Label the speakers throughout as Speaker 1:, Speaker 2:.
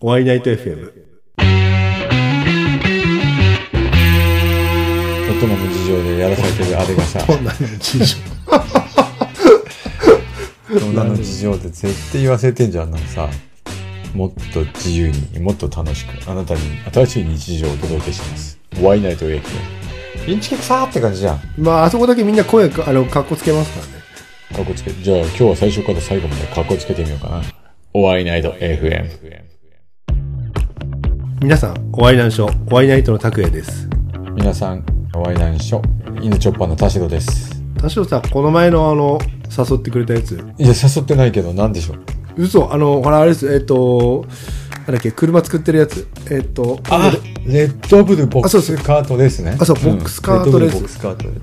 Speaker 1: ワイナイト FM。
Speaker 2: 大人の事情でやらされてるあれが さ、
Speaker 1: こんなに事情。
Speaker 2: 大人の事情で絶対言わせてんじゃん、あんなのさ。もっと自由に、もっと楽しく、あなたに新しい日常をお届けします。ワイナイトウェイク。インチキさーって感じじゃん。
Speaker 1: まあ、あそこだけみんな声か、あの、格好つけますからね。
Speaker 2: かっこつけ、じゃあ今日は最初から最後までかっこつけてみようかな。ワイナイト FM。
Speaker 1: 皆さん、おワイナンショー、おワイナイトの拓也です。
Speaker 2: 皆さん、ワイナイショ、犬チョッパーの田代です。
Speaker 1: 田代さん、この前のあの、誘ってくれたやつ。
Speaker 2: いや、誘ってないけど、なんでしょう。
Speaker 1: 嘘、あの、ほら、あれです、えっ、と、なんだっけ、車作ってるやつ。えっ、と、
Speaker 2: あ、レッドブルボッ
Speaker 1: あそうそ
Speaker 2: ク
Speaker 1: う
Speaker 2: スカートですね。
Speaker 1: あそうボックスカートレース
Speaker 2: レッドブルボックスカートレース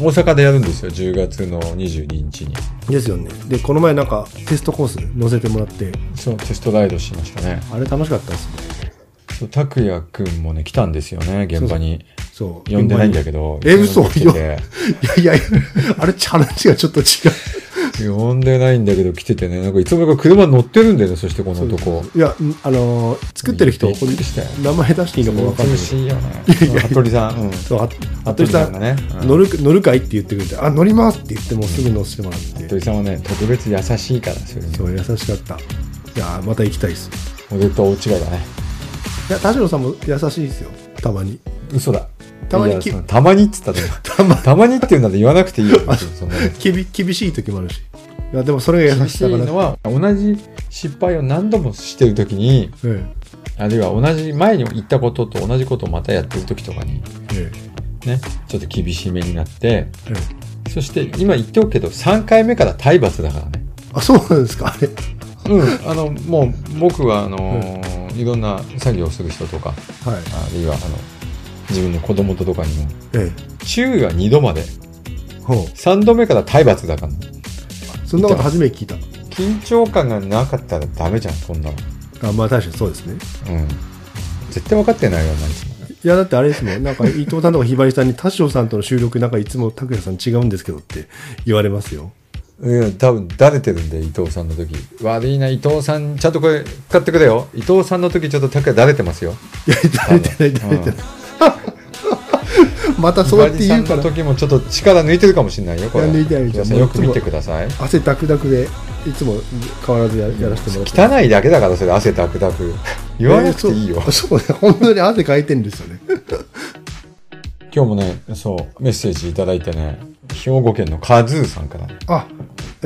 Speaker 2: 大阪でやるんですよ、10月の22日に。
Speaker 1: ですよね。で、この前なんか、テストコース乗せてもらって、
Speaker 2: そう、テストライドしましたね。
Speaker 1: あれ楽しかったですね。
Speaker 2: そう、拓也くんもね、来たんですよね、現場に。
Speaker 1: そう。
Speaker 2: 呼んでないんだけど。
Speaker 1: え、嘘
Speaker 2: 呼んで
Speaker 1: よ。いや
Speaker 2: きて
Speaker 1: いやいや、あれ、チャレンジがちょっと違う。
Speaker 2: て 呼んでないんだけど、来ててね、なんかいつもなんか車乗ってるんだよね、そしてこの男。
Speaker 1: いや、んあのー作ってる人、
Speaker 2: び
Speaker 1: こ
Speaker 2: っくりしたよ
Speaker 1: れ名前出していいのか分かんないけど。
Speaker 2: 苦しいよね。服部さん。うん。
Speaker 1: そう、あ
Speaker 2: 服
Speaker 1: 服
Speaker 2: 部
Speaker 1: 部
Speaker 2: さ
Speaker 1: さ
Speaker 2: ん
Speaker 1: ん
Speaker 2: が
Speaker 1: が
Speaker 2: ね
Speaker 1: ね、
Speaker 2: うん
Speaker 1: 乗る、乗るかいって言ってくれて、あ、乗りますって言って、もうすぐ乗せてもらって
Speaker 2: 服、部さんはね、特別優しいから、それに。
Speaker 1: そう、優しかった。いやー、また行きたいです。
Speaker 2: もう絶対大違いだね。
Speaker 1: いや、田代さんも優しいですよ、たまに。
Speaker 2: 嘘だ。
Speaker 1: たまに
Speaker 2: いや
Speaker 1: き
Speaker 2: そのたまにって 言ったら、
Speaker 1: たま、
Speaker 2: たまにっていうなら言わなくてい いよ。そんなの
Speaker 1: 厳厳しい時もあるし。いや、でもそれが優
Speaker 2: 厳
Speaker 1: し
Speaker 2: し
Speaker 1: さ
Speaker 2: い
Speaker 1: かな
Speaker 2: の。は、同じ失敗を何度もしてるときに、
Speaker 1: え
Speaker 2: あるいは同じ前に言ったことと同じことをまたやってるときとかに、
Speaker 1: え、え
Speaker 2: ね、ちょっと厳しめになって、
Speaker 1: え、ええ。
Speaker 2: そして今言っておくけど、3回目から体罰だからね。
Speaker 1: あ、そうなんですか、あれ。
Speaker 2: うん、あの、もう僕は、あのーいろんな作業をする人とか、
Speaker 1: はい。
Speaker 2: あるいは、あの、自分の子供ととかにも、
Speaker 1: え
Speaker 2: 注意は2度まで、
Speaker 1: え。ほう。
Speaker 2: 3度目から体罰だからね。
Speaker 1: そんなこと初めて聞いた。
Speaker 2: 緊張感がなかったらダメじゃん、そんなの。
Speaker 1: あ、まあ確かにそうですね。
Speaker 2: うん。絶対分かってないよ、な、いつも。
Speaker 1: いや、だってあれですもん。なんか、伊藤さんとかひばりさんに、田代さんとの収録、なんかいつも拓也さん違うんですけどって言われます よ。
Speaker 2: うん、多分、だれてるんで、伊藤さんの時。悪いな、伊藤さん、ちゃんとこれ、使ってくれよ。伊藤さんの時、ちょっと高いだれてますよ。
Speaker 1: いや、だ れてない、だれてない。またそうやって言うか
Speaker 2: ひばりさんの
Speaker 1: ら、
Speaker 2: 時もちょっと力抜いてるかもしれないよ、これ。
Speaker 1: いや抜いてない抜いてない
Speaker 2: 皆さんよく見てください。
Speaker 1: 汗ダクダクで、いつも変わらずややらせてもらって。
Speaker 2: 汚いだけだから、それ、汗ダクダ ク。言わなくていいよ
Speaker 1: えー。そうそうね。本当に汗かいてるんですよね。
Speaker 2: 今日もね、そう、メッセージいただいてね、兵庫県のカズーさんから。
Speaker 1: あ、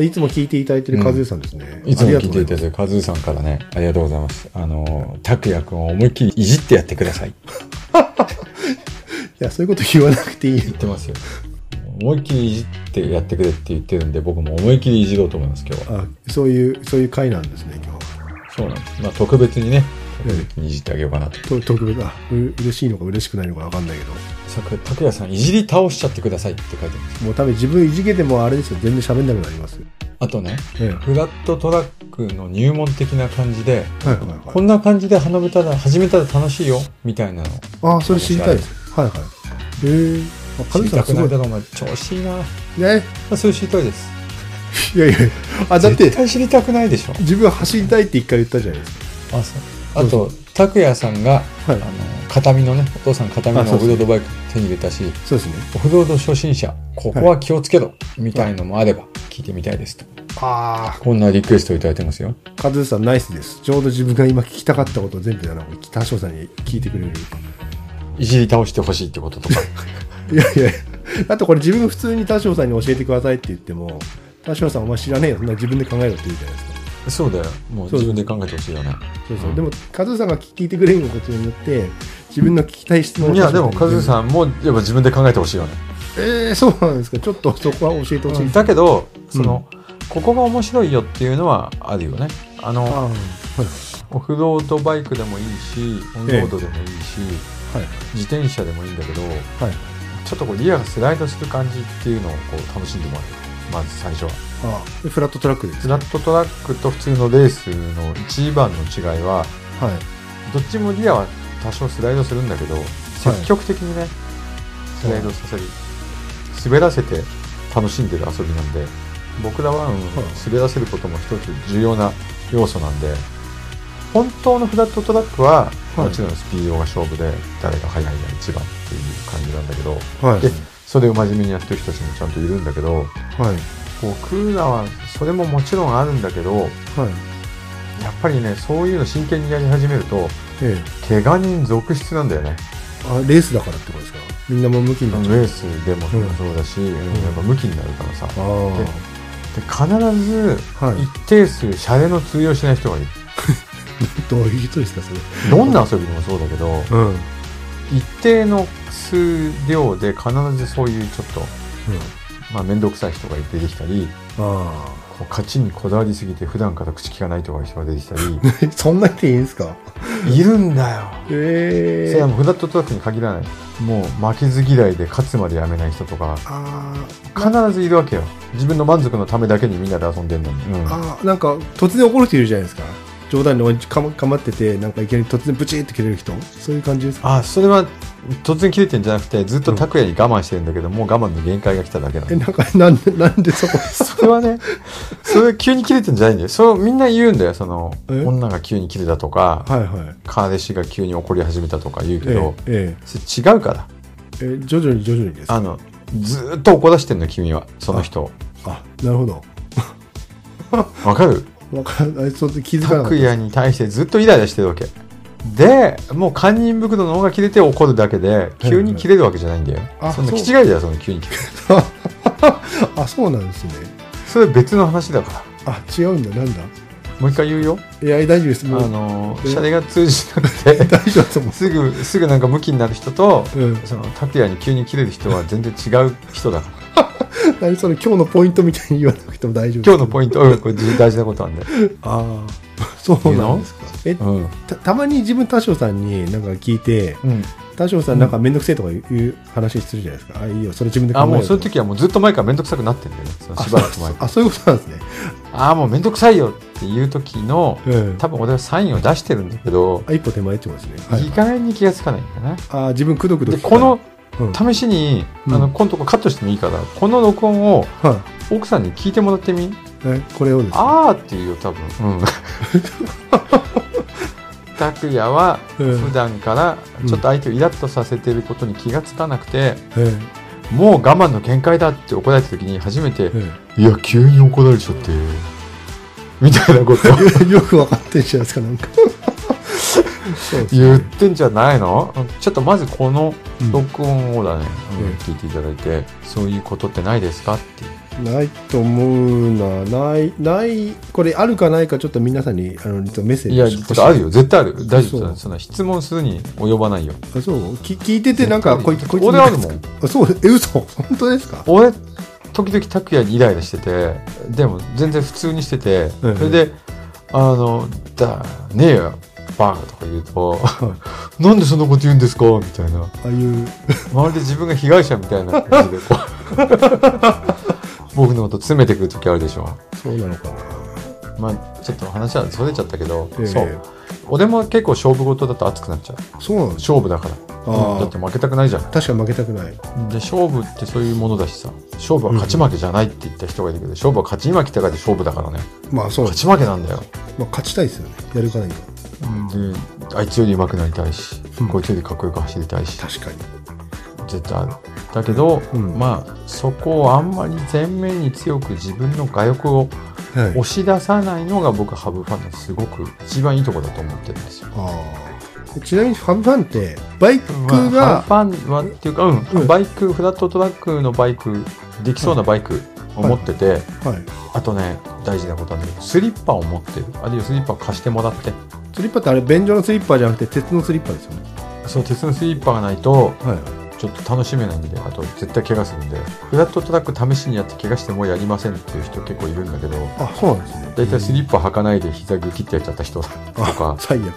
Speaker 1: いつも聞いていただいてる和江さんですね。
Speaker 2: いつも聞いていた
Speaker 1: ありがとうござい
Speaker 2: だいて、カズーさんからね、ありがとうございます。あの、拓也くんを思いっきりいじってやってください。
Speaker 1: ますいや、そういうこと言わなくていい。
Speaker 2: 言ってますよ。思いっきりいじってやってくれって言ってるんで、僕も思いっきりいじろうと思います、今日は。
Speaker 1: あ、そういう、そういう回なんですね、今日は。
Speaker 2: そうなんです。まあ、特別にね、
Speaker 1: え
Speaker 2: いじってあげようかなと。
Speaker 1: えと特別、あ、う嬉しいのか嬉しくないのかわかんないけど。
Speaker 2: さく拓也さん、いじり倒しちゃってくださいって書いてます。
Speaker 1: もう多分自分いじけてもあれですよ。全然喋んなくなりますよ。
Speaker 2: あとね、
Speaker 1: ええ。はい
Speaker 2: フラットトラックの入門的な感じで、
Speaker 1: はいはい
Speaker 2: こ。んな感じで始めたら、始めたら楽しいよ、みたいなの。
Speaker 1: あそれ知りたいです。はいはい。へえあ、カ
Speaker 2: 知
Speaker 1: ズ
Speaker 2: り
Speaker 1: さ
Speaker 2: た
Speaker 1: んす
Speaker 2: く
Speaker 1: ご
Speaker 2: ない
Speaker 1: い。
Speaker 2: だ
Speaker 1: ね
Speaker 2: ろ、お前、調子いいな。ま
Speaker 1: いやい
Speaker 2: あ、そういう知りたいです。
Speaker 1: やいや。あ、だって、
Speaker 2: 絶対知りたくないでしょ。
Speaker 1: 自分は走りたいって一回言ったじゃないですか。
Speaker 2: あそうあと拓也さんが、
Speaker 1: はい
Speaker 2: あの片身のねお父さん片身
Speaker 1: あ
Speaker 2: の
Speaker 1: そう
Speaker 2: オ
Speaker 1: そ
Speaker 2: フ
Speaker 1: う
Speaker 2: ロードバイク手に入れたし
Speaker 1: そうですね。
Speaker 2: オフロード初心者ここは気をつけろ、みたいのもあれば聞いてみたいですと
Speaker 1: あ
Speaker 2: こんなリクエストをいただいてますよ
Speaker 1: あ、カズさんナイスです。ちょうど自分が今聞きたかったことを全部だな。田少さんに聞いてくれる。
Speaker 2: いじり倒してほしいってこととか
Speaker 1: いやいやあとこれ自分が普通に田少さんに教えてくださいって言っても、田少さんお前知らねえよ。そんな自分で考えろって言うじゃないですか。
Speaker 2: そうだよもう
Speaker 1: そう
Speaker 2: 自分で考えてほしいよね
Speaker 1: そうそう。でも、カズさんが聞いてくれることによって、自分の聞きたい質問を
Speaker 2: いやでも
Speaker 1: 田
Speaker 2: カ
Speaker 1: 代
Speaker 2: ズ
Speaker 1: さん
Speaker 2: さんもやっぱ自分で考えてほしいよね、
Speaker 1: に。ええそうなんですか。ちょっとそこは教えてほしい。
Speaker 2: だけどその、ここが面白いよっていうのはあるよねあ
Speaker 1: あ
Speaker 2: の
Speaker 1: あ、はい
Speaker 2: オフロードバイクでもいいしオンロードでもいいし、
Speaker 1: はい
Speaker 2: 自転車でもいいんだけど
Speaker 1: はい。
Speaker 2: ちょっとこうリアがスライドする感じっていうのをこう楽しんでもらうまず最初は
Speaker 1: ああ、フラットトラックです
Speaker 2: フ。ラットトラックと普通のレースの一番の違いは
Speaker 1: はい。
Speaker 2: どっちもリアは多少スライドするんだけど積極的にね、スライドさせる滑らせて楽しんでる遊びなんで僕らは、
Speaker 1: は
Speaker 2: うん
Speaker 1: い
Speaker 2: 滑らせることも一つ重要な要素なんで本当のフラットトラックは、
Speaker 1: はい
Speaker 2: もちろんスピードが勝負で誰が速いが一番っていう感じなんだけど
Speaker 1: はい
Speaker 2: でそれを真面目にやってる人たちもちゃんといるんだけど
Speaker 1: はい
Speaker 2: こうクーラーはそれももちろんあるんだけど
Speaker 1: はい
Speaker 2: やっぱりねそういうの真剣にやり始めると
Speaker 1: ええ
Speaker 2: 怪我人続出なんだよね
Speaker 1: あレースだからってことですかみんなもう向きに
Speaker 2: レ
Speaker 1: なっちゃう
Speaker 2: ースでも
Speaker 1: うん
Speaker 2: そうだし、やっぱ向きになるからさ、
Speaker 1: あ
Speaker 2: で必ず
Speaker 1: あはい
Speaker 2: 一定数シャレの通用しない人がいる
Speaker 1: どういう人ですかそれ
Speaker 2: どんな遊びでもそうだけど
Speaker 1: うんうん
Speaker 2: 一定の数量で必ずそういうちょっと、まあ、面倒くさい人が出てきたり
Speaker 1: あ
Speaker 2: こう勝ちにこだわりすぎて普段から口利かないとかいう人が出てきた り
Speaker 1: あそんな人いいんですか
Speaker 2: いるんだよそ
Speaker 1: え
Speaker 2: れ
Speaker 1: え
Speaker 2: はもうフラットトラックに限らないもう負けず嫌いで勝つまでやめない人とか
Speaker 1: あ
Speaker 2: 必ずいるわけよ自分の満足のためだけにみんなで遊んでんのに、うん
Speaker 1: あああなんか突然怒る人いるじゃないですか冗談で俺にかまかまっててなんかいきなり突然ブチーって切れる人そういう感じですか
Speaker 2: あそれは突然切れてんじゃなくてずっと拓也に我慢してるんだけど、もう我慢の限界が来ただけな
Speaker 1: え
Speaker 2: の
Speaker 1: なんか なんでなんでそこ
Speaker 2: それはねそれは急に切れてんじゃないんだよそうみんな言うんだよその
Speaker 1: え
Speaker 2: 女が急に切れたとか
Speaker 1: はいはい
Speaker 2: 彼氏が急に怒り始めたとか言うけ
Speaker 1: え
Speaker 2: ど、
Speaker 1: ええ
Speaker 2: それ違うから
Speaker 1: ええ徐々に徐々にです
Speaker 2: あ
Speaker 1: あ
Speaker 2: のずーっと怒らしてんの君はその人
Speaker 1: あなるほど
Speaker 2: わかる
Speaker 1: わかんないそう気づかなかっ
Speaker 2: 拓也に対してずっとイライラしてるわけでもう堪忍袋の方が切れて怒るだけで急に切れるわけじゃないんだよ、
Speaker 1: あ
Speaker 2: そんな
Speaker 1: そう
Speaker 2: 気違いだよその急に切れる
Speaker 1: たあそうなんですね
Speaker 2: それは別の話だから
Speaker 1: あ違うんだなんだ
Speaker 2: もう一回言うよ
Speaker 1: いや大丈夫です
Speaker 2: あ
Speaker 1: もう
Speaker 2: の
Speaker 1: え
Speaker 2: シャレが通じなくて
Speaker 1: 大 丈夫ですも
Speaker 2: すぐすぐなんかムキになる人と
Speaker 1: ううん
Speaker 2: その拓也に急に切れる人は全然違う人だから
Speaker 1: 何それ今日のポイントみたいに言わなくても大丈夫
Speaker 2: 今日のポイントうんこれ大事なことなんで
Speaker 1: ああ そうなんですかえ
Speaker 2: うん
Speaker 1: たたまに自分田代さんになんか聞いて
Speaker 2: うん
Speaker 1: 田代さんなんか面倒くせえとかいう話するじゃないですか、あいいよそれ自分で考え
Speaker 2: あ
Speaker 1: る
Speaker 2: もうそういう時はもうずっと前から面倒くさくなってんだよねそのしばらく前
Speaker 1: あそういうことなんですね
Speaker 2: ああもう面倒くさいよっていう時の
Speaker 1: うん
Speaker 2: 多分俺はサインを出してるんだけど
Speaker 1: あ一歩手前ってことですね、はい
Speaker 2: 意外に気がつかないんだな
Speaker 1: あ自分くどくど
Speaker 2: で
Speaker 1: 聞く
Speaker 2: この
Speaker 1: うん
Speaker 2: 試しにあ
Speaker 1: うん
Speaker 2: の今度これカットしてもいいからこの録音を
Speaker 1: は
Speaker 2: 奥さんに聞いてもらってみ
Speaker 1: いえこれをです
Speaker 2: あーって言うよ多分 うん拓也は
Speaker 1: うん
Speaker 2: 普段からちょっと相手をイラッとさせてることに気がつかなくて、
Speaker 1: え
Speaker 2: もう我慢の限界だって怒られた時に初めて
Speaker 1: え
Speaker 2: 「いや急に怒られちゃって」みたいなことを
Speaker 1: ええよ く分かってるじゃないですかなんか そうですね
Speaker 2: 言ってんじゃないのちょっとまずこの録音をだね、
Speaker 1: うん
Speaker 2: うん聞いていただいて「そういうことってないですか?」っていう
Speaker 1: ないと思うなないないこれあるかないかちょっと皆さんにあの実はメッセー
Speaker 2: い
Speaker 1: ジ
Speaker 2: やてかある
Speaker 1: よ
Speaker 2: よ絶対ある大丈夫
Speaker 1: そ
Speaker 2: そうのその質問するに及ばないよ
Speaker 1: あそうき聞いててなんかこいつこいつ
Speaker 2: 俺あるもん
Speaker 1: あそうえ嘘本当ですか
Speaker 2: 俺時々拓也にイライラしててでも全然普通にしてて、
Speaker 1: うん
Speaker 2: それで「あのだねえよバカ」とか言うと「なんでそんなこと言うんですか?」みたいな
Speaker 1: ああいう
Speaker 2: まるで自分が被害者みたいな感じでこう僕のこと詰めてくる時あるでしょ
Speaker 1: そうなのかな
Speaker 2: まあちょっと話はそれちゃったけど、
Speaker 1: ええ
Speaker 2: そう俺も結構勝負事だと熱くなっちゃう
Speaker 1: そうなんです
Speaker 2: 勝負だから
Speaker 1: ああ
Speaker 2: うんだって負けたくないじゃん
Speaker 1: 確か負けたくない
Speaker 2: で勝負ってそういうものだしさ勝負は勝ち負けじゃないって言った人がいるけど、勝負は勝ち負けたからで勝負だからね
Speaker 1: まあそう
Speaker 2: 勝ち負けなんだよ、
Speaker 1: まあ、勝ちたいですよねやるかないと
Speaker 2: であいつより上手くなりたいし、
Speaker 1: うん
Speaker 2: こいつよりかっこよく走りたいし
Speaker 1: 確かに
Speaker 2: 絶対あるだけど、
Speaker 1: うん
Speaker 2: まあそこをあんまり前面に強く自分の我欲を
Speaker 1: はい
Speaker 2: 押し出さないのが僕ハブファンのすごく一番いいとこだと思ってるんですよ
Speaker 1: ああちなみにファンファンってバイク
Speaker 2: まあ
Speaker 1: が、
Speaker 2: ハブファンはっていうか、うん
Speaker 1: うん
Speaker 2: バイクフラットトラックのバイクできそうなバイクを持ってて、
Speaker 1: はい
Speaker 2: あとね大事なことなんだけどスリッパを持ってるあるいはスリッパを貸してもらって
Speaker 1: スリッパってあれ便所のスリッパじゃなくて鉄のスリッパですよね
Speaker 2: その鉄のスリッパがないと
Speaker 1: はい
Speaker 2: ちょっと楽しめないんであと絶対怪我するんでフラットトラック試しにやって怪我してもうやりませんっていう人結構いるんだけど
Speaker 1: あそうなんですね
Speaker 2: 大体スリッパ履かないで膝グキってやっちゃった人と
Speaker 1: あ
Speaker 2: か、
Speaker 1: 最悪だ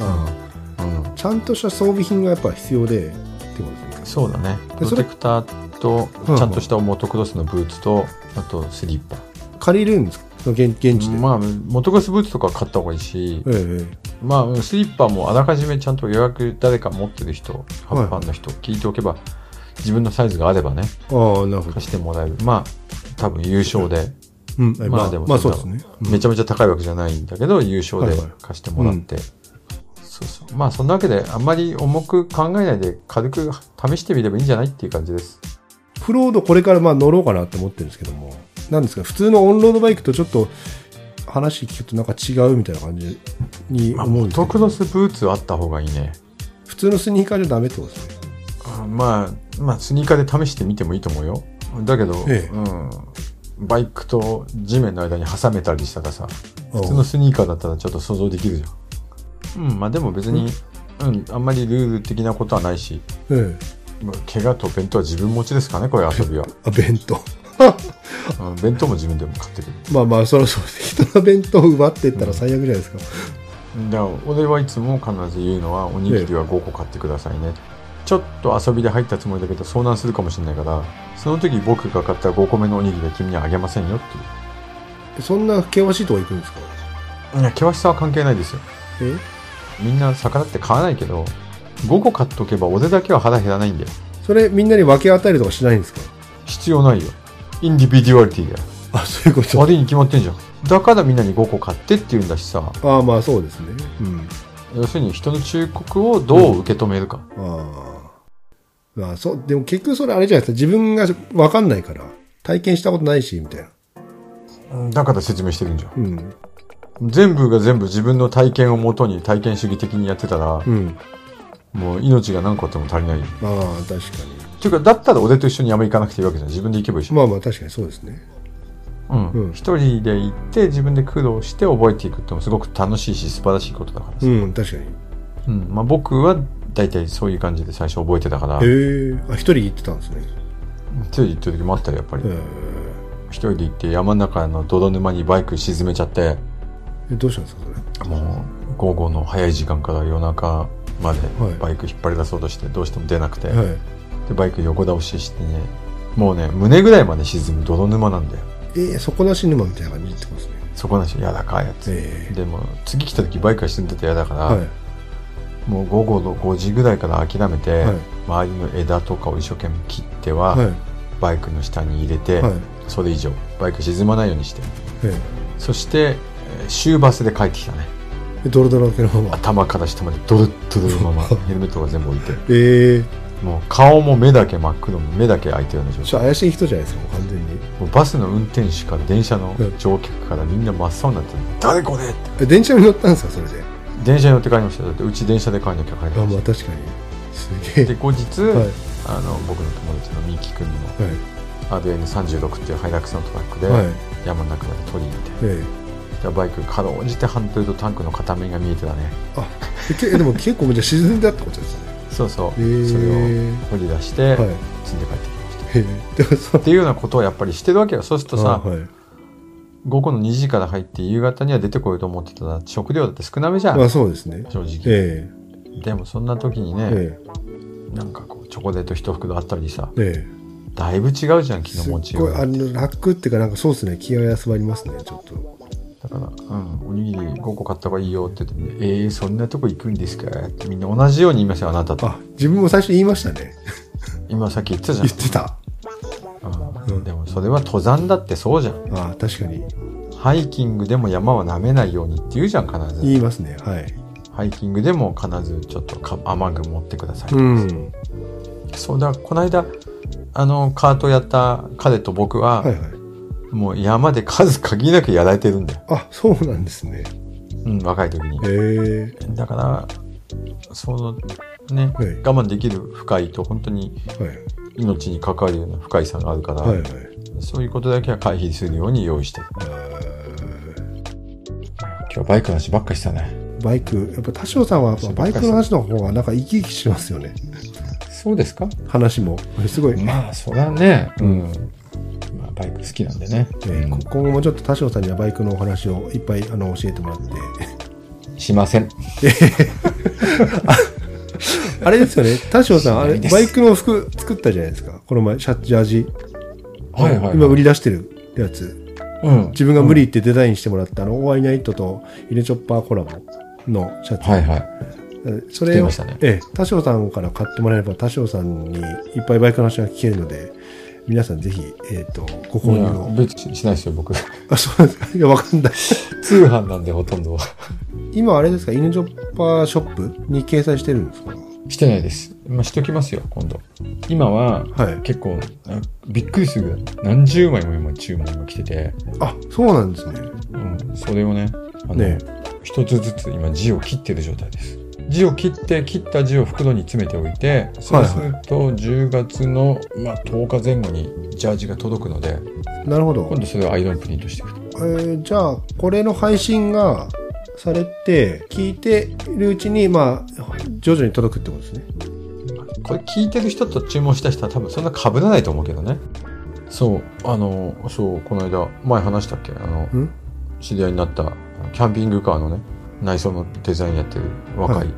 Speaker 1: あ
Speaker 2: うん
Speaker 1: あちゃんとした装備品がやっぱ必要でってことですね
Speaker 2: そうだね
Speaker 1: で
Speaker 2: プ
Speaker 1: そ
Speaker 2: ロ
Speaker 1: れ
Speaker 2: テクターと
Speaker 1: うん
Speaker 2: ちゃんとしたモトクロスのブーツとあとスリッパ
Speaker 1: 借りれるんですかその現現地で、
Speaker 2: まあモトクロスブーツとかは買った方がいいし
Speaker 1: ええ
Speaker 2: まあ、スリッパもあらかじめちゃんと予約誰か持ってる人、ハブファンの人、聞いておけば、自分のサイズがあればね、
Speaker 1: ああなるほど
Speaker 2: 貸してもらえる。まあ、多分優勝で
Speaker 1: うん、まあ、
Speaker 2: ま
Speaker 1: ま
Speaker 2: あ
Speaker 1: あ、
Speaker 2: でも
Speaker 1: そうですね。うん
Speaker 2: めちゃめちゃ高いわけじゃないんだけど、優勝で
Speaker 1: はいはい
Speaker 2: 貸してもらって。そうそう。まあ、そんなわけで、あんまり重く考えないで、軽く試してみればいいんじゃないっていう感じです。
Speaker 1: フロードこれからまあ乗ろうかなって思ってるんですけども、なんですか、普通のオンロードバイクとちょっと話聞くとなんか違うみたいな感じに
Speaker 2: まあ、
Speaker 1: 思うん
Speaker 2: モ
Speaker 1: ですけ
Speaker 2: トク
Speaker 1: ど、
Speaker 2: ロスブーツあった方がいいね。
Speaker 1: 普通のスニーカーじゃダメってことですね。
Speaker 2: あまあ、まあ、スニーカーで試してみてもいいと思うよ。だけど、
Speaker 1: ええ
Speaker 2: うん。バイクと地面の間に挟めたりしたらさ、普通のスニーカーだったらちょっと想像できるじゃん。うん、まあでも別に、うん、あんまりルール的なことはないし、
Speaker 1: ええ
Speaker 2: まあ怪我と弁当は自分持ちですかね、これ遊 びは。
Speaker 1: あ、弁当。
Speaker 2: うん、弁当も自分でも買ってくる。
Speaker 1: まあまあ、そろそろ人の弁当を奪っていったら最悪じゃないですか。
Speaker 2: だから俺はいつも必ず言うのは、おにぎりは5個買ってくださいね。ちょっと遊びで入ったつもりだけど遭難するかもしれないから、その時僕が買った5個目のおにぎりは君にはあげませんよっていう。
Speaker 1: そんな険しいとこ行くんですか
Speaker 2: いや険しさは関係ないですよ
Speaker 1: え
Speaker 2: みんな魚って買わないけど5個買っとけば俺だけは腹減らないんだよ
Speaker 1: それみんなに分け与えるとかしないんですか
Speaker 2: 必要ないよインディビデュアリティだよ
Speaker 1: あ、そういうこと。
Speaker 2: 悪いに決まってんじゃんだからみんなに5個買ってって言うんだしさ
Speaker 1: ああ、まあそうですね。うん。
Speaker 2: 要するに人の忠告をどう受け止めるか、
Speaker 1: ああ。まあそう、でも結局それあれじゃないですか。自分が分かんないから、体験したことないし、みたいな。
Speaker 2: だから説明してるんじゃん
Speaker 1: うん。
Speaker 2: 全部が全部自分の体験をもとに体験主義的にやってたら、
Speaker 1: うん。
Speaker 2: もう命が何個あっても足りないよ
Speaker 1: まあ確かに。
Speaker 2: っていうかだったら俺と一緒に山行かなくていいわけじゃん自分で行けばいいじゃん
Speaker 1: まあまあ確かにそうですね。
Speaker 2: う
Speaker 1: うんん
Speaker 2: 一人で行って自分で苦労して覚えていくってもすごく楽しいし素晴らしいことだからさ、
Speaker 1: うん、確かに。へ
Speaker 2: うんまあ、僕は大体そういう感じで最初覚えてたから
Speaker 1: え。あ、一人行ってたんですね。
Speaker 2: 一人で行ってる時もあったよやっぱり、
Speaker 1: へえ
Speaker 2: 一人で行って山の中の泥沼にバイク沈めちゃって
Speaker 1: え。どうしたんですか、それ。
Speaker 2: もう午後の早い時間から夜中まで
Speaker 1: はい
Speaker 2: バイク引っ張り出そうとしてどうしても出なくて、
Speaker 1: はい。
Speaker 2: でバイク横倒ししてねもうね胸ぐらいまで沈む泥沼なんだよ
Speaker 1: ええ底なし沼みたいな感じってことですね。
Speaker 2: そこなし柔らかいやつ、
Speaker 1: ええ
Speaker 2: でも次来た時バイクが沈んでて嫌だから、
Speaker 1: はい。
Speaker 2: もう午後の5時ぐらいから諦めて、
Speaker 1: はい
Speaker 2: 周りの枝とかを一生懸命切っては、
Speaker 1: はい。
Speaker 2: バイクの下に入れて、
Speaker 1: はい。
Speaker 2: それ以上バイク沈まないようにして
Speaker 1: え
Speaker 2: そして、えー終バスで帰ってきたね
Speaker 1: え。ドロドロの毛のまま。
Speaker 2: 頭から下までドルッドルの ままヘルメットが全部置いて
Speaker 1: ええ。
Speaker 2: もう顔も目だけ真っ黒目だけ開いてるような状
Speaker 1: ちょ
Speaker 2: 態
Speaker 1: 怪しい人じゃないですか、もう完全に。
Speaker 2: もうバスの運転手から電車の
Speaker 1: うん
Speaker 2: 乗客からみんな真っ青になってる誰これって
Speaker 1: え、電車に乗ったんですか、それで。
Speaker 2: 電車に乗って帰りましただってうち電車で帰んなきゃ帰れ
Speaker 1: あ、
Speaker 2: ない
Speaker 1: まあ
Speaker 2: し
Speaker 1: 確かに。すげえ。
Speaker 2: で後日、
Speaker 1: はい。
Speaker 2: あの僕の友達のミキ君の
Speaker 1: はい。
Speaker 2: RN36 っていうハイラックスのトラックで
Speaker 1: はい。
Speaker 2: 山の中まで取りに行って、
Speaker 1: ええ。
Speaker 2: でバイクかろうじてハンドルとタンクの片面が見えてたね
Speaker 1: あ、えけ でも結構じゃあ沈んだってことですね。
Speaker 2: そうそう、
Speaker 1: へー
Speaker 2: それを掘り出して、
Speaker 1: はい。
Speaker 2: 積んで帰ってきましたっ
Speaker 1: へえ。でもそう。
Speaker 2: ていうようなことをやっぱりしてるわけよそうするとさ、
Speaker 1: あはい。
Speaker 2: 午後の2時から入って夕方には出てこようと思ってたら食料だって少なめじゃん、
Speaker 1: まあそうですね。
Speaker 2: 正直、
Speaker 1: え
Speaker 2: でもそんな時に
Speaker 1: え。
Speaker 2: ね、
Speaker 1: え
Speaker 2: なんかこうチョコレート一袋あったりさ
Speaker 1: え。ええ。
Speaker 2: だいぶ違うじゃん昨日
Speaker 1: す
Speaker 2: も
Speaker 1: っ
Speaker 2: 違
Speaker 1: ごい、あ
Speaker 2: う
Speaker 1: の、楽っていうか、なんかそうですね。気が休まりますね、ちょっと。
Speaker 2: だから、うん、おにぎり5個買った方がいいよって言って、えー、そんなとこ行くんですかってみんな同じように言いますよ、あなたと。
Speaker 1: あ、自分も最初言いましたね。
Speaker 2: 今さっき言ってたじゃん
Speaker 1: 言ってた。
Speaker 2: うんでもそれは登山だってそうじゃん
Speaker 1: あ確かに。
Speaker 2: ハイキングでも山は舐めないようにって言うじゃん必ず
Speaker 1: 言いますね。はい。
Speaker 2: ハイキングでも必ずちょっとか雨具持ってください、
Speaker 1: うん。
Speaker 2: そうだこの間あのカートやった彼と僕は、
Speaker 1: はいはい。
Speaker 2: もう山で数限りなくやられてるんだよ、
Speaker 1: あ、そうなんですね。
Speaker 2: うん、若い時に
Speaker 1: ええ。
Speaker 2: だからそのね、
Speaker 1: はい
Speaker 2: 我慢できる深いと本当に
Speaker 1: はい。
Speaker 2: 命に関わるような深いさがあるから、
Speaker 1: はいはい。
Speaker 2: そういうことだけは回避するように用意してる
Speaker 1: あー
Speaker 2: 今日バイクの話ばっかりしたね
Speaker 1: バイク、やっぱ田代さんはやっぱバイクの話の方がなんか生き生きしますよね。
Speaker 2: そうですか
Speaker 1: 話も。すごい。
Speaker 2: まあそりゃね、うんまあ、バイク好きなんでね、
Speaker 1: えーこ今後もちょっと田代さんにはバイクのお話をいっぱいあの教えても らって
Speaker 2: しません
Speaker 1: あれですよね田代さんあ
Speaker 2: しない
Speaker 1: れ
Speaker 2: です
Speaker 1: バイクの服作ったじゃないですかこの前シャジャージ、
Speaker 2: はいはいはい
Speaker 1: 今売り出してるやつ
Speaker 2: うん
Speaker 1: 自分が無理言ってデザインしてもらった、あのオーアイナイトとイネチョッパーコラボのシャツ、
Speaker 2: はいはい
Speaker 1: えーそれ
Speaker 2: 出
Speaker 1: を、
Speaker 2: ましたね
Speaker 1: ええ田代さんから買ってもらえれば田代さんにいっぱいバイクの話が聞けるので皆さんぜひ、えっ、と、ご購入
Speaker 2: いや
Speaker 1: を。
Speaker 2: 別にしないですよ、僕。
Speaker 1: あ、そうなんですか。いや、わかんない。
Speaker 2: 通販なんでほとんどは。
Speaker 1: 今、あれですか、犬ジョッパーショップに掲載してるんですか
Speaker 2: してないです。まあ、しときますよ、今度。今は、
Speaker 1: はい
Speaker 2: 結構、あびっくりするぐらい何十枚も今注文が来てて、
Speaker 1: あ、そうなんですね。
Speaker 2: うん、それをね、あの
Speaker 1: ね
Speaker 2: 一つずつ今字を切ってる状態です。字を切って、切った字を袋に詰めておいて、そうすると10月の、まあ、10日前後にジャージが届くので、
Speaker 1: なるほど
Speaker 2: 今。度それをアイロンプリントしていくと。
Speaker 1: えーじゃあ、これの配信がされて、聞いてるうちに、まあ、徐々に届くってことですね。
Speaker 2: これ聞いてる人と注文した人は多分そんな被らないと思うけどねそうあのそうこの間前話したっけあの
Speaker 1: ん
Speaker 2: 知り合いになったキャンピングカーのね内装のデザインやってる若
Speaker 1: はい
Speaker 2: い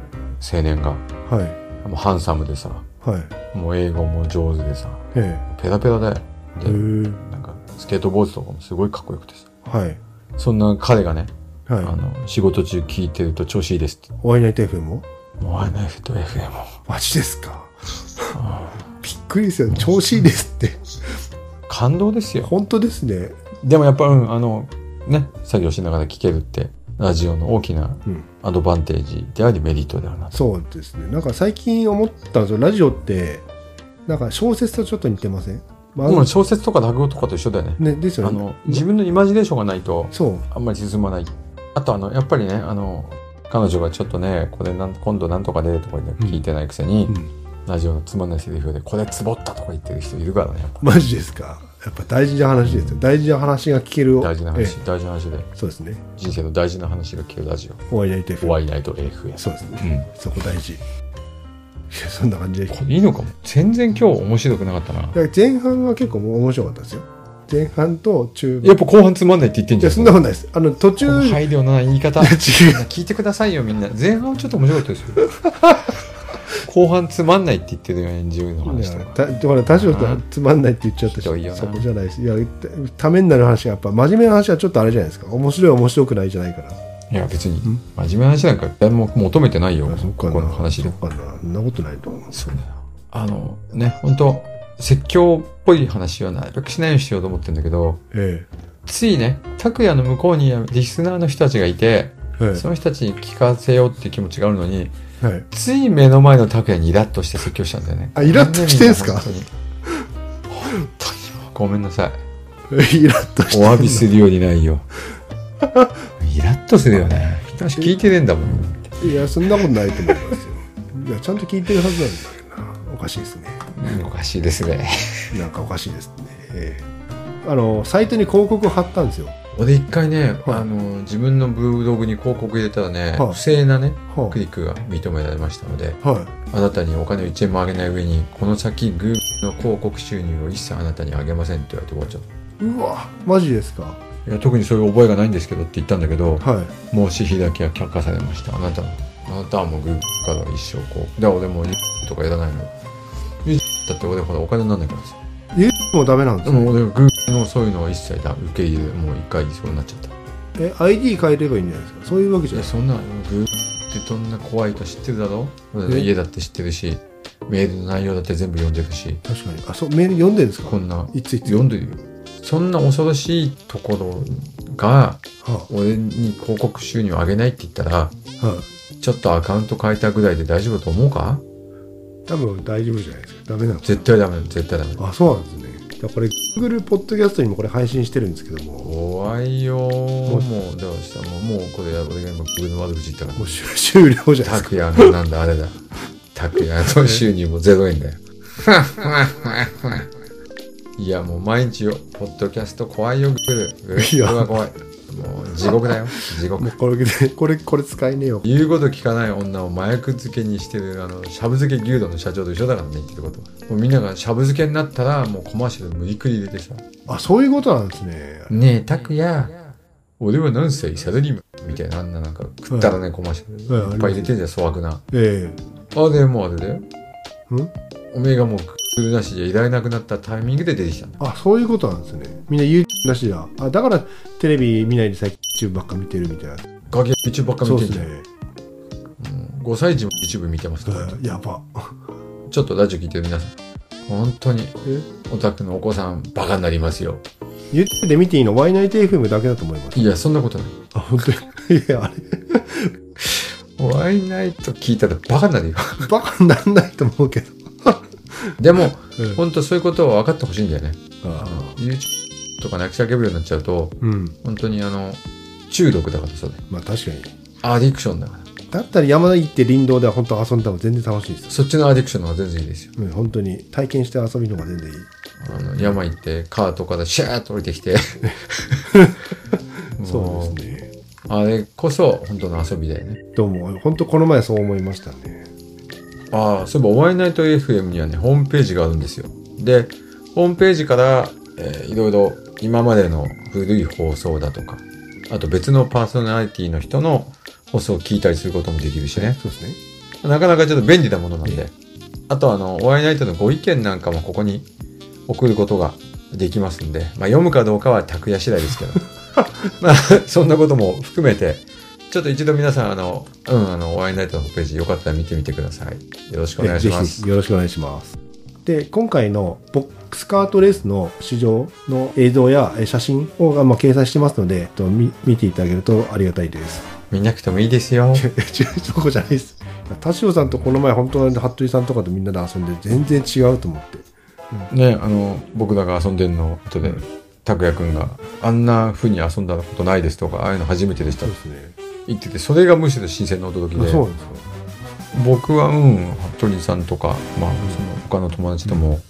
Speaker 2: 青年が、
Speaker 1: はい。
Speaker 2: もうハンサムでさ
Speaker 1: はい。
Speaker 2: もう英語も上手でさ
Speaker 1: え
Speaker 2: ペラペラで
Speaker 1: え。
Speaker 2: で
Speaker 1: へ
Speaker 2: なんかスケートボードとかもすごいかっこよくてさ
Speaker 1: えはい。
Speaker 2: そんな彼がね、あ
Speaker 1: はい。
Speaker 2: の仕事中聞いてると調子いいですって
Speaker 1: お会いないと FM も
Speaker 2: 「もうあいないと FM を
Speaker 1: マジですか。びっくりですよ。調子いいですって。
Speaker 2: 感動ですよ」
Speaker 1: 本当ですね。
Speaker 2: でもやっぱ、うん、あの、ね、作業しながら聴けるって、ラジオの大きな
Speaker 1: うん。
Speaker 2: アドバンテージでありメリットであるなと。
Speaker 1: そうですね。なんか最近思ったんですよ。ラジオって、なんか小説とちょっと似てません、まああ
Speaker 2: も
Speaker 1: の
Speaker 2: う小説とか落語とかと一緒だよね。
Speaker 1: ね、ですよ
Speaker 2: あ
Speaker 1: ね。
Speaker 2: の、自分のイマジネーションがないと、
Speaker 1: そう。
Speaker 2: あんまり進まない。あと、あの、やっぱりね、あの、彼女がちょっとね、これなん、今度なんとかでとか言って聞いてないくせに、
Speaker 1: うん。
Speaker 2: ラジオのつまんないセリフで、これツボったとか言ってる人いるからね、やっぱ。
Speaker 1: マジですか。やっぱ大事な話ですよ。大事な話が聞ける。
Speaker 2: 大事な
Speaker 1: え
Speaker 2: 話、大事な話で、
Speaker 1: えそうですね。
Speaker 2: 人生の大事な話が聞けるラジ
Speaker 1: お会いないと
Speaker 2: オ。
Speaker 1: FM。
Speaker 2: ワイナイト AF や。
Speaker 1: そうですね。
Speaker 2: うん。
Speaker 1: そこ大事。いや、そんな感じで。
Speaker 2: これいいのかも。全然今日面白くなかったな。
Speaker 1: だから前半は結構もう面白かったですよ。前半と中盤。
Speaker 2: やっぱ後半つまんないって言ってん
Speaker 1: い
Speaker 2: じゃ
Speaker 1: や、
Speaker 2: ん。
Speaker 1: そんなことないです。あの、途中、
Speaker 2: この
Speaker 1: 違う。
Speaker 2: 配慮のない言い方。 聞いてくださいよ、みんな。前半ちょっと面白かったですよ。 後半つまんないって言ってるよ、NGO の
Speaker 1: い
Speaker 2: 話と
Speaker 1: や
Speaker 2: か。
Speaker 1: ただから多少とつまんないって言っちゃった
Speaker 2: ひどいよ
Speaker 1: し
Speaker 2: な
Speaker 1: そこじゃないですいやためになる話はやっぱ真面目な話はちょっとあれじゃないですか面白い面白くないじゃないから
Speaker 2: いや、別に、真面目な話なんか誰も求めてないよ、
Speaker 1: あそっか
Speaker 2: こ
Speaker 1: な
Speaker 2: この
Speaker 1: そ
Speaker 2: 話で
Speaker 1: っ。かなそんなことないと思うんです
Speaker 2: そうだよ。あの、ね、本当説教っぽい話はなるべくしないようにしようと思ってるんだけど、
Speaker 1: え
Speaker 2: ついね、拓也の向こうにリスナーの人たちがいて、
Speaker 1: えは
Speaker 2: その人たちに聞かせようっていう気持ちがあるのに、
Speaker 1: い、はい、
Speaker 2: つい目の前の拓也にイラッとして説教したんだよね。
Speaker 1: あイラッとしてんすか
Speaker 2: 本当に。本当にごめんな さい。
Speaker 1: イラッとして
Speaker 2: お詫びするようにないよ。イラッとするよね。私聞いてねえんだもん。
Speaker 1: いやそんなことないと思いますよいやちゃんと聞いてるはずなんだけどなおかしいですね
Speaker 2: おかしいですね。
Speaker 1: なんかおかしいですね、ええあのサイトに広告貼ったんですよ
Speaker 2: 俺一回ね、
Speaker 1: はい
Speaker 2: あの、自分のブログに広告入れたらね、
Speaker 1: はい
Speaker 2: 不正なね、
Speaker 1: は
Speaker 2: クリックが認められましたので、
Speaker 1: あはい
Speaker 2: あなたにお金を1円もあげない上に、この先、グーの広告収入を一切あなたにあげませんって言われて終わっちゃった。
Speaker 1: うわマジですか
Speaker 2: いや特にそういう覚えがないんですけどって言ったんだけど、
Speaker 1: はい
Speaker 2: 申し開きは却下されましたあなたのあなたはもうグーから一生こうだから俺もうとかやらないのリだって俺ほらお金になんないからさ
Speaker 1: もうダメなんです
Speaker 2: で
Speaker 1: ね
Speaker 2: も俺グーのそういうのは一切だ受け入れもう一回そうになっちゃった
Speaker 1: え ID 変えればいいんじゃないですかそういうわけじ
Speaker 2: い
Speaker 1: ゃ
Speaker 2: や
Speaker 1: ない
Speaker 2: そんなグーってどんな怖いか知ってるだろ俺の
Speaker 1: え
Speaker 2: 家だって知ってるしメールの内容だって全部読んでるし
Speaker 1: 確かにあそうメール読んでるんですか
Speaker 2: こんない
Speaker 1: ついつ
Speaker 2: 読んでるよそんな恐ろしいところが
Speaker 1: は
Speaker 2: 俺に広告収入を上げないって言ったら
Speaker 1: あ、はい、
Speaker 2: ちょっとアカウント変えたぐらいで大丈夫だと思うか
Speaker 1: 多分大丈夫じゃないですかダメなの
Speaker 2: 絶対ダメ絶対ダメ
Speaker 1: あそうなんですねだからこれ Google ポッドキャストにもこれ配信してるんですけども
Speaker 2: 怖いよーもうどうしたもうもうこれ俺が今僕の悪口言ったか
Speaker 1: もう終終了じゃないですか
Speaker 2: ら拓也のなんだ あれだ拓也の収入も0円だよ いやもう毎日よポッドキャスト怖いよグール
Speaker 1: いや
Speaker 2: グールは怖いもう地獄だよ地獄
Speaker 1: もうこれでこれこれ使えねえよ
Speaker 2: 言うこと聞かない女を麻薬漬けにしてるあのしゃぶ漬け牛丼の社長と一緒だからね言ってることはもうみんながしゃぶ漬けになったらもうコマーシャル無理くり入れてさ
Speaker 1: あそういうことなんですね
Speaker 2: ねえ、拓也、俺は何歳サラリーマンみたいな、あんななんか、くったらね、コマーシャル。
Speaker 1: はい
Speaker 2: いっぱい出てんじゃん、粗悪な。
Speaker 1: え
Speaker 2: あ、でもあれだよ。
Speaker 1: えん
Speaker 2: おめえがもう、くるなしでいられなくなったタイミングで出てきたんだ。
Speaker 1: あそういうことなんですねみんな YouTube なしだあだからテレビ見ないで最近 YouTube ばっか見てるみたいな
Speaker 2: ガキ YouTube ばっか
Speaker 1: そ
Speaker 2: 見
Speaker 1: うで
Speaker 2: てん
Speaker 1: す
Speaker 2: じゃん。
Speaker 1: ね
Speaker 2: 5歳児も YouTube 見てますとか言って
Speaker 1: あやば
Speaker 2: ちょっとラジオ聞いてる皆さん。本当に
Speaker 1: え
Speaker 2: オタクのお子さんバカになりますよ
Speaker 1: 言ってみていいのワイナイト FM だけだと思います。
Speaker 2: いやそんなことない
Speaker 1: あ、本当 に。いや、あれ、
Speaker 2: ワイナイト聞いたらバカになるよ
Speaker 1: バカにならないと思うけど。
Speaker 2: でも
Speaker 1: うん
Speaker 2: 本当そういうことは分かってほしいんだよね
Speaker 1: あ
Speaker 2: YouTube とか泣き叫ぶようになっちゃうと
Speaker 1: ーうん。
Speaker 2: 本当にあの中毒だからそれ
Speaker 1: まあ確かに。
Speaker 2: アディクションだか
Speaker 1: だ
Speaker 2: ら
Speaker 1: ったら山田行って林道で本当遊んだ方が全然楽しいですよ。
Speaker 2: そっちのアディクションの方が全然いいですよ
Speaker 1: うん、本当に。体験して遊びの方が全然いい。
Speaker 2: あの山行ってカートからシャーッと降りてきて も
Speaker 1: そうですね。
Speaker 2: あれこそ本当の遊びだよね
Speaker 1: どうも、本当この前そう思いましたね。
Speaker 2: ああ、そういえば、ワイナイト FM にはね、ホームページがあるんですよ。で、ホームページから、えーいろいろ今までの古い放送だとか、あと別のパーソナリティの人の放送を聞いたりすることもできるしね。
Speaker 1: そうですね。
Speaker 2: なかなかちょっと便利なものなんで。あと、あの、ワイナイトのご意見なんかもここに送ることができますんで、まあ読むかどうかは拓也次第ですけど。 まあ、そんなことも含めて、ちょっと一度皆さん、あの、うん、あの、ワイナイトのホームページよかったら見てみてください。よろしくお願いしま
Speaker 1: ぜ
Speaker 2: す
Speaker 1: ひ。よろしくお願いします。で、今回のボックスカートレースの市場の映像やえ写真をまあ掲載してますので、えっと見見ていただけるとありがたい です。
Speaker 2: 見なくてもいいですよ。
Speaker 1: え違うそこじゃないです。田代さんとこの前本当は服部さんとかとみんなで遊んで全然違うと思って。
Speaker 2: ね、あの、僕らが遊んでんのを後で、拓也くんが、あんな風に遊んだことないですとか、ああいうの初めてでした
Speaker 1: そう
Speaker 2: って
Speaker 1: ですね。
Speaker 2: 言ってて、それがむしろ新鮮な驚きで。
Speaker 1: そうなんですよ。
Speaker 2: 僕はうん服部さんとか、まあ、その他の友達とも、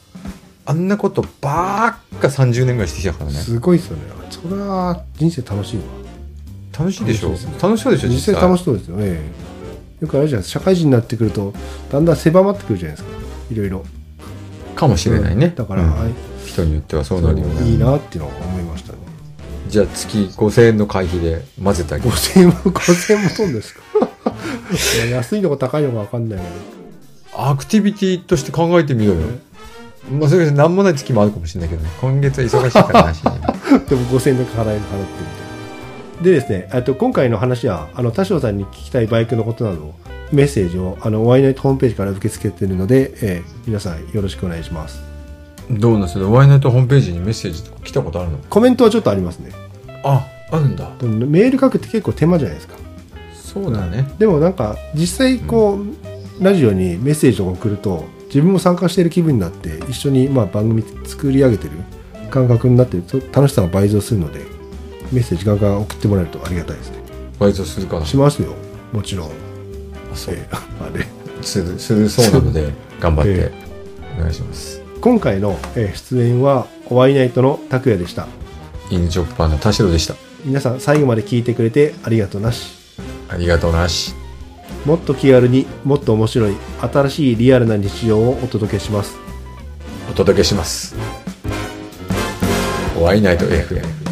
Speaker 2: あんなことばっか30年ぐらいしてきたからね
Speaker 1: すごいですよね。それは人生楽しいわ。
Speaker 2: 楽しいでしょ
Speaker 1: 楽
Speaker 2: 楽
Speaker 1: し
Speaker 2: し
Speaker 1: いですね
Speaker 2: そうでしょ
Speaker 1: 実際楽しそうですよね。よくあれじゃないですか社会人になってくると、だんだん狭まってくるじゃないですか。いろいろ。
Speaker 2: かもしれないね、
Speaker 1: だから、
Speaker 2: うん
Speaker 1: はい
Speaker 2: 人によってはそうなるよね
Speaker 1: いいなっていうのは思いましたね。
Speaker 2: じゃあ月5000円の会費で混ぜたり
Speaker 1: 5000円も、5000円もそうです かいや安いのか高いのか分かんないけ
Speaker 2: アクティビティとして考えてみろよ、まあ、それが何もない月もあるかもしれないけどね今月は忙しいからなしに
Speaker 1: ど、でも5000円だけ払い払ってみたいな。でですね、あと今回の話は、あの、田代さんに聞きたいバイクのことなど、メッセージを、あの、ワイナイトホームページから受け付けているので、えー皆さんよろしくお願いします。
Speaker 2: どうなんですかワイナイトホームページにメッセージとか来たことあるの
Speaker 1: コメントはちょっとありますね。
Speaker 2: ああるんだ
Speaker 1: でもメール書くって結構手間じゃないですか。
Speaker 2: そうだね
Speaker 1: でもなんか実際こう、ラジオにメッセージを送ると自分も参加している気分になって一緒にまあ番組作り上げてる感覚になってと楽しさが倍増するのでメッセージガンガン送ってもらえるとありがたいですね
Speaker 2: バイトするから
Speaker 1: しますよもちろん
Speaker 2: あそう
Speaker 1: えー あれ
Speaker 2: するするそうなので頑張っ
Speaker 1: え
Speaker 2: てお願いします
Speaker 1: 今回のえー出演はワイナイトの拓也でした
Speaker 2: 犬チョッパーの田代でした
Speaker 1: 皆さん最後まで聞いてくれてありがとうなし
Speaker 2: ありがとうなし
Speaker 1: もっと気軽にもっと面白い新しいリアルな日常をお届けします
Speaker 2: お届けしますお会いないと FM